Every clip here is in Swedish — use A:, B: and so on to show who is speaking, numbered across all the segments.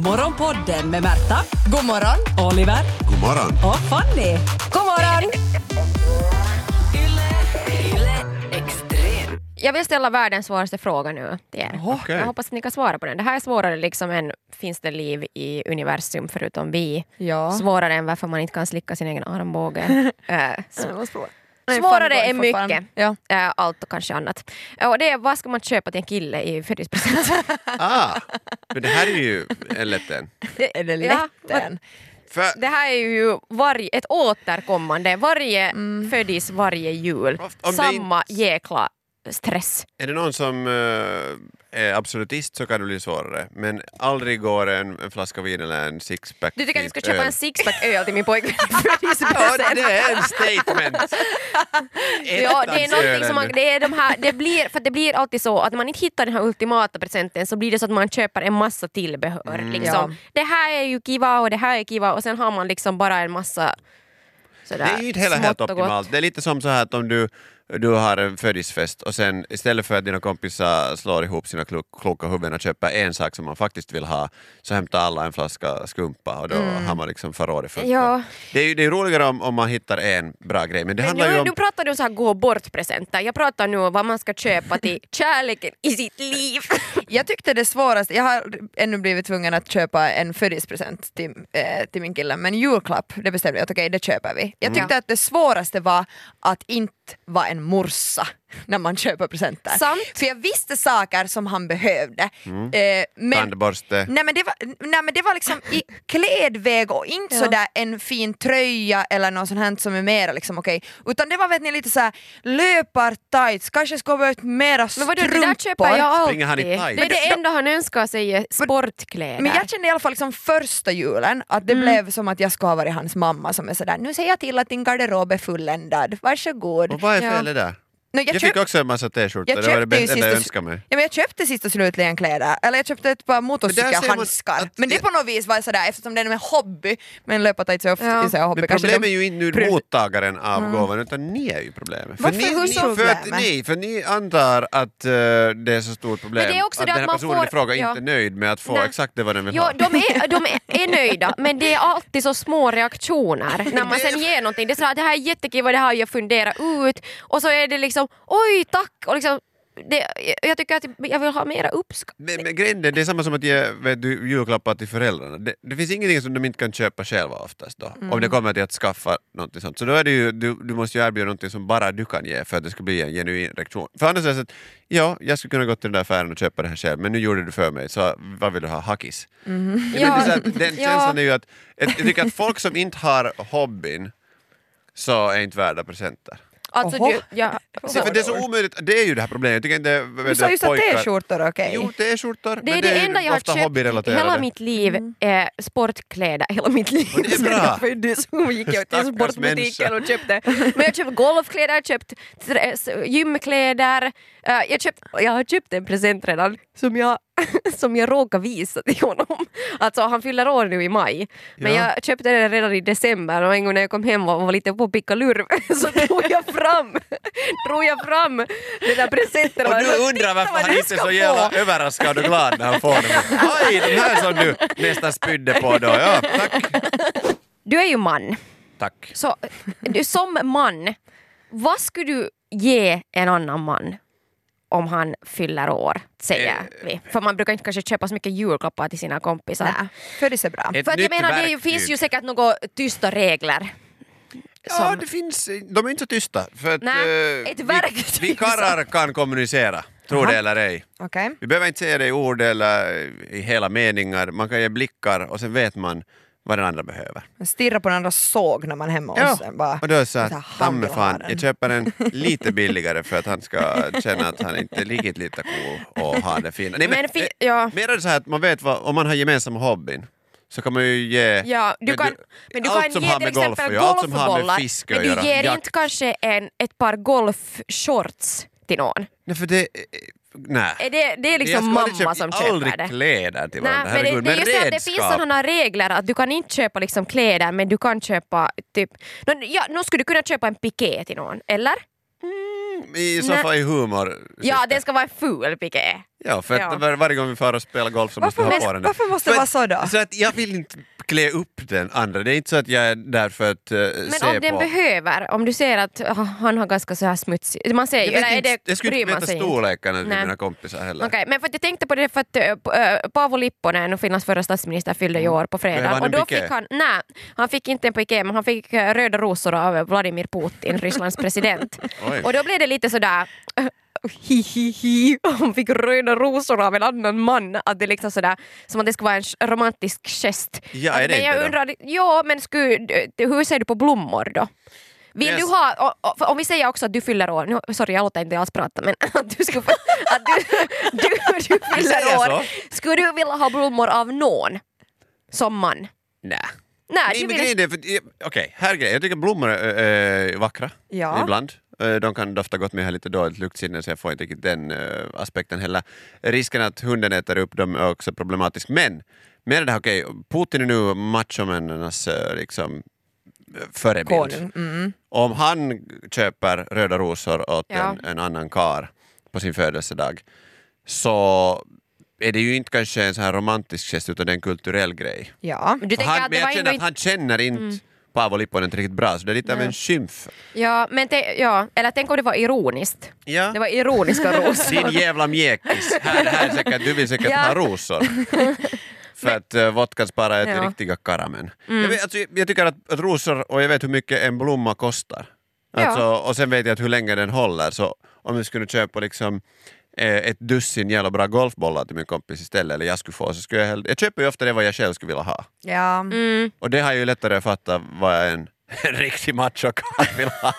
A: Morgonpodden med Märta,
B: God morgon!
A: Oliver
C: God morgon.
A: och Fanny.
B: God morgon!
D: Jag vill ställa världens svåraste fråga nu till er.
C: Okej.
D: Jag hoppas att ni kan svara på den. Det här är svårare liksom än finns det liv i universum förutom vi?
B: Ja.
D: Svårare än varför man inte kan slicka sin egen armbåge. Eh, s-
B: Nej,
D: Svårare
B: fan,
D: är
B: går fortfarande.
D: mycket.
B: Ja.
D: eh, Allt och kanske annat. Eh, Och det är, vad ska man köpa till en kille i födelsedagspresent?
C: Ah, men det här är ju en lätt en.
B: Är det
D: Ja,
B: lätt än?
C: För
D: Det här är ju varje, ett återkommande, varje
B: Mm.
D: födis, varje jul.
C: Om det
D: Samma jäkla stress.
C: är det någon som eh, är absolutist så kan det bli svårare. Men aldrig går en, en flaska vin eller en sixpack
D: Du tycker att du ska
C: vit
D: köpa
C: öl.
D: en sixpack öl till min pojkvän i
C: Typ, eh. Ja,
D: födelsedagspresent?
C: det är en statement!
D: Ja, det är
C: Ettans öl
D: någonting som man,
C: ännu.
D: det är de här, det blir, för att det blir alltid så att när man inte hittar den här ultimata presenten så blir det så att man köper en massa tillbehör.
C: Mm,
D: Liksom.
B: Ja.
D: Det här är ju kiva och det här är kiva och sen har man liksom bara en massa sådär,
C: Det är ju inte heller
D: smått
C: helt
D: och gott.
C: optimalt. Det är lite som så här att om du, du har en födelsedagsfest och sen istället för att dina kompisar slår ihop sina klo kloka huvuden och köper en sak som man faktiskt vill ha så hämtar alla en flaska skumpa och då har man liksom förrådet fullt.
D: Mm. Ja.
C: Det är ju det är ju roligare om, om man hittar en bra grej men det
D: Men
C: handlar ju
D: nu,
C: om...
D: nu pratar du om så här gå bort-presenter, jag pratar nu om vad man ska köpa till kärleken i sitt liv.
B: Jag tyckte det svåraste, jag har ännu blivit tvungen att köpa en födelsedagspresent till, eh, till min kille men julklapp det bestämde jag att okej det köper vi.
D: Mm.
B: Jag tyckte att det svåraste var att inte vara en morsa när man köper presenter.
D: Sant.
B: För jag visste saker som han behövde. Eh, men
C: Tandborste.
B: Nej men, det var, nej men det var liksom i klädväg och inte
D: Ja.
B: sådär en fin tröja eller något sånt här som är mera liksom okej. Utan det var vet ni lite såhär löpartights, kanske skulle ha behövt mera
D: Men
B: strumpor.
D: vadå, det där köper jag alltid.
C: Springer han i tights?
D: det är det enda han önskar sig, är sportkläder.
B: Men jag kände i alla fall liksom första julen att
C: Mm.
B: det blev som att jag skulle ha varit hans mamma som är sådär nu säger jag till att din garderob är fulländad, varsågod.
C: Och vad är
D: Ja.
C: felet där?
B: Nu,
C: Jag,
B: köp-
C: fick också en massa t-skjortor,
B: jag
C: det var det
B: köpte ju
C: bästa jag
B: sist
C: önskade
B: och,
C: mig.
B: ja, men jag köpte sist och slutligen kläder, eller jag köpte ett par motorcykelhandskar.
C: ser man
B: Men,
C: att-
B: det på något vis var sådär, eftersom det är en hobby, men löpartights är ofta
D: Ja.
B: ja. hobby.
C: Men
B: kanske
C: problemet
B: de-
C: är ju inte nu
B: pröv-
C: mottagaren av gåvan, utan ni är ju problemet.
B: Varför
C: ni,
B: är vi
C: ni, för, att,
B: problemet?
C: nej, för ni antar att eh, det är så stort problem
D: Men det är också
C: att
D: det
C: den
D: att
C: här
D: man
C: personen
D: får-
C: i fråga
D: ja.
C: inte är nöjd med att få
D: Nej.
C: exakt det vad den vill
D: Ja,
C: ha.
D: de är, de är- är nöjda, men det är alltid så små reaktioner när man sen ger någonting. Det är så här, det här är jättekul, vad det här har jag funderat ut. Och så är det liksom, oj tack! Och liksom, det, jag tycker att jag vill ha mera uppskattning.
C: Men, men grejen är, det är samma som att ge vet du, julklappar till föräldrarna. Det, det finns ingenting som de inte kan köpa själva oftast då,
B: Mm.
C: om det kommer till att skaffa någonting sånt. Så då är det ju, du, du måste ju erbjuda någonting som bara du kan ge för att det ska bli en genuin reaktion. För annars är det så att, ja, jag skulle kunna gå till den där affären och köpa det här själv, men nu gjorde du för mig, så vad vill du ha, hackis?
B: Mm.
C: Ja, men det är så att, den
D: Ja.
C: känslan är ju att, jag jag tycker att folk som inte har hobbyn så är inte värda presenter.
D: Alltså,
B: Oho.
D: du, ja,
C: Se, för det är så omöjligt, det är ju det här problemet. Jag tycker inte,
B: Du sa just att t-skjortor är okej.
C: Jo, t-skjortor.
D: det är
C: men
D: det,
C: ju
D: enda jag har
C: ofta
D: köpt i
C: hobbyrelaterade.
D: hela mitt liv, eh, sportkläder hela mitt liv.
C: Och det är
D: Sen
C: bra.
D: jag föddes så gick jag till
C: Stackars
D: sportbutiken
C: människa.
D: och köpte. Men jag har köpt golfkläder, jag har köpt trä- s- gymkläder, eh, jag, har köpt, jag har köpt en present redan som jag, som jag råkar visa till honom. Alltså han fyller år nu i maj, men
C: Ja.
D: jag köpte den redan i december och en gång när jag kom hem och var lite på pickalurv så drog jag fram, drog jag fram den där presenten.
C: Och
D: var
C: du
D: så,
C: undrar varför
D: "Titta vad
C: han
D: du
C: inte är
D: ska
C: så jävla
D: få."
C: överraskad och glad när han får den. Oj, den här som du nästan spydde på då. Ja, tack.
D: Du är ju man.
C: Tack.
D: Så, du, som man, vad skulle du ge en annan man om han fyller år? Säger
C: Eh,
D: vi. För man brukar inte kanske köpa så mycket julklappar till sina kompisar.
B: Nej, födelse är bra.
C: Ett
D: För att jag
C: nytt
D: menar, det är ju-
C: verktyg.
D: finns ju säkert några tysta regler.
C: Ja, det finns, de är inte så tysta. För att,
D: Nej,
C: eh,
D: ett verktyg
C: vi, vi karlar kan kommunicera, tro det eller ej.
B: Okej.
C: Vi behöver inte säga det i ord eller i hela meningar. Man kan ge blickar och sen vet man vad den andra behöver.
B: Man Stirrar på den andra såg när man är hemma hos en. Bara,
C: Och då är det så
B: så här,
C: att,
B: han
C: tamme
B: vill ha
C: fan,
B: den.
C: jag köper den lite billigare för att han ska känna att han inte är riktigt lite cool och har det fina. Nej,
D: Men fi-
C: eh,
D: ja.
C: Mer är det så här att man vet vad, om man har gemensamma hobbyn så kan man ju ge
D: Ja, du
C: vet
D: kan, men du
C: allt
D: kan
C: som
D: ge
C: har
D: till
C: med golf att
D: exempel
C: göra, allt som har med
D: golfbollar,
C: fiske
D: men
C: att
D: du
C: göra.
D: ger
C: jakt.
D: inte kanske en, ett par golfshorts till någon.
C: Nej, för det... eh, Nej.
D: Är Det, det är
C: jag
D: liksom
C: skulle aldrig köpa-
D: mamma som köper
C: aldrig
D: det.
C: kläder till
D: Nej,
C: varandra,
D: men det,
C: herregud.
D: det, är
C: Men
D: just det, att det finns
C: redskap!
D: sådana regler att du kan inte köpa liksom kläder men du kan köpa typ... Nå, ja, nå skulle du kunna köpa en piké till någon, eller?
C: i så fall i humor.
D: Ja, det ska vara en ful piké.
C: Ja, för att
D: Ja.
C: var, varje gång vi far och spelar golf så måste
B: Varför,
C: jag ha på
B: måste-
C: den där.
B: varför måste det
C: För
B: vara
C: att-
B: så
C: Så
B: då?
C: att jag vill inte klä upp den andra, det är inte så att jag är där för att eh, se
D: Men om den
C: på.
D: behöver, om du ser att ah, han har ganska så här smutsig... Man ser ju,
C: jag, vet
D: eller är
C: inte,
D: det,
C: jag skulle
D: bryr
C: inte
D: man
C: veta
D: sig inte?
C: storlekarna till
D: Nej.
C: mina kompisar heller.
D: Okej, men för att jag tänkte på det för att eh, P- eh, Paavo Lipponen, Finlands förra statsminister, fyllde i år på
C: Blev
D: fredag.
C: Mm. han
D: Och
C: en
D: då
C: piké?
D: fick han, nej, han fick inte en piké, men han fick eh, röda rosor av eh, Vladimir Putin, Rysslands president.
C: Oj.
D: Och då blev det lite sådär eh, hi hi hi, hon fick röda rosor av en annan man. Att det liksom sådär, som att det skulle vara en sh- romantisk gest.
C: Ja,
D: att,
C: är det
D: men
C: inte
D: jag
C: då?
D: undrar, ja men sku, d- hur ser du på blommor då? Vill
C: Yes.
D: du ha, o- o- för om vi säger också att du fyller år, nu, sorry jag låter inte alls prata men att du skulle få- att du, du, du
C: säger
D: fyller
C: så.
D: år, skulle du vilja ha blommor av någon? Som man?
C: Nej.
D: Nej,
C: Nej,
D: du
C: men
D: vill
C: grejen är, för, okej, här är grejen. Jag tycker blommor är äh, vackra
B: Ja.
C: ibland. Eh, De kan dofta gott men jag har lite dåligt luktsinne så jag får inte riktigt den eh, aspekten heller. Risken att hunden äter upp dem är också problematisk. Men, mer det här, okej, Putin är nu machomännens eh, liksom, eh, förebild.
B: Konung. Mm.
C: Om han köper röda rosor åt
D: Ja.
C: en, en annan kar på sin födelsedag så är det ju inte kanske en sån här romantisk gest utan det är en kulturell grej.
B: Ja.
D: du
C: För
D: tänker
C: han,
D: att
C: men
D: det var
C: jag
D: ändå
C: känner att
D: inte... Mm.
C: han känner inte Paavo Lipponen inte riktigt bra, så det är lite av en skymf.
D: Ja, men te, ja, eller tänk om det var ironiskt.
C: Ja.
D: Det var ironiska rosor.
C: Din jävla mjäkis! Här, här är säkert, du vill säkert
B: Ja.
C: ha rosor. För att uh, vodkan sparar ett
D: Ja. Mm.
C: riktiga karamen. Jag, vet, alltså, jag tycker att, att rosor, och jag vet hur mycket en blomma kostar.
D: Ja.
C: Alltså, Och sen vet jag att hur länge den håller. Så om jag skulle köpa liksom, eh, ett dussin jävla bra golfbollar till min kompis istället, eller jag skulle få, så skulle jag hellre... Jag köper ju ofta det vad jag själv skulle vilja ha.
B: Ja.
D: Mm.
C: Och det har jag ju lättare att fatta vad en, en riktig machokarl vill ha.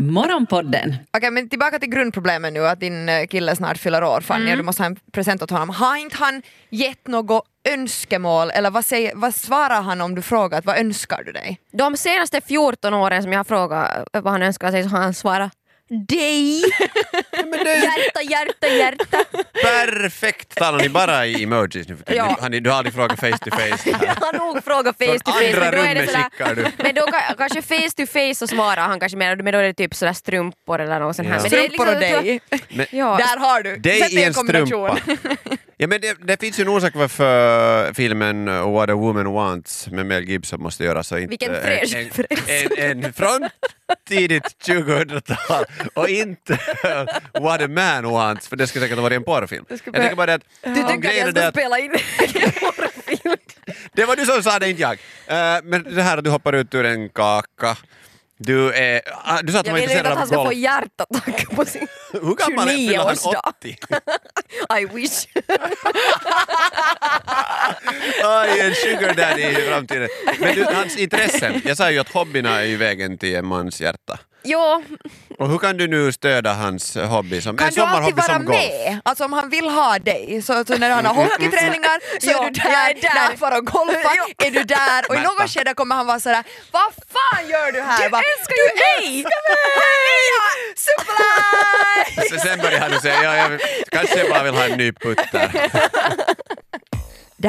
A: Morgonpodden
B: Okej men tillbaka till grundproblemet nu att din eh, kille snart fyller år Fanny
D: Mm.
B: och du måste ha en present åt honom. Har inte han gett något önskemål eller vad, säger, vad svarar han om du frågar att vad önskar du dig?
D: De senaste 14 åren som jag har frågat eh, vad han önskar sig så har han svarat dig. hjärta, hjärta, hjärta.
C: Perfekt! Talar ni bara i emojis nu för tiden?
D: Ja.
C: Har ni- Du har aldrig frågat face to face?
D: Jag har nog frågat face to
C: Från
D: face.
C: andra
D: men då är det
C: rummet
D: sådär-
C: skickar du.
D: Men då ka- kanske face to face så svarar han kanske mer, men då är det typ sådär strumpor eller något sånt här.
C: Ja.
D: Men det är
B: Strumpor och
D: liksom-
B: dig.
C: Men,
D: Ja.
B: Där har du!
C: dig
B: Sätt
C: i en
B: kombination.
C: strumpa. Ja, men det, det finns ju en orsak varför filmen What a woman wants med Mel Gibson måste göras. och inte-
D: Vilken
C: en-
D: fräsch
C: en,
D: referens.
C: en, en från tidigt 2000-tal och inte What a man wants, för det skulle säkert ha varit en porrfilm. Jag
B: skulle
C: tänker
B: börja-
C: bara det att...
B: Du
C: om
B: tycker att
C: grejen är
B: jag
C: det
B: ska
C: att-
B: spela in
C: Det var du som sa det, inte jag. Eh, men det här att du hoppar ut ur en kaka. Du, är, ah, du sa att du
D: Jag
C: var
D: vill inte
C: intresserad
D: att han
C: av
D: ska
C: golf.
D: få hjärtattack på sin
C: Hur gammal är
D: 29
C: fyller han?
D: årsdag.
C: 80?
D: I wish.
C: Aj, en sugar daddy i framtiden. Men du, hans intressen. Jag sa ju att hobbyerna är ju vägen till en mans hjärta.
D: Jo,
C: Och hur kan du nu stödja hans hobby? Som,
B: Kan
C: en
B: du alltid
C: sommarhobby
B: vara
C: som golf? Mm,
B: med? Alltså om han vill ha dig, så, så när han har hockeyträningar så
D: Jo,
B: är du
D: jag är
B: där,
D: där.
B: när han far och golfar är du där och i
C: Märta.
B: något skede kommer han vara sådär Vad fan gör du här?
D: du
B: Jag bara,
D: älskar ju mig!
B: Surprise!
C: Så Sen börjar han och säger ja, jag kanske jag bara vill ha en ny putt där.
B: Det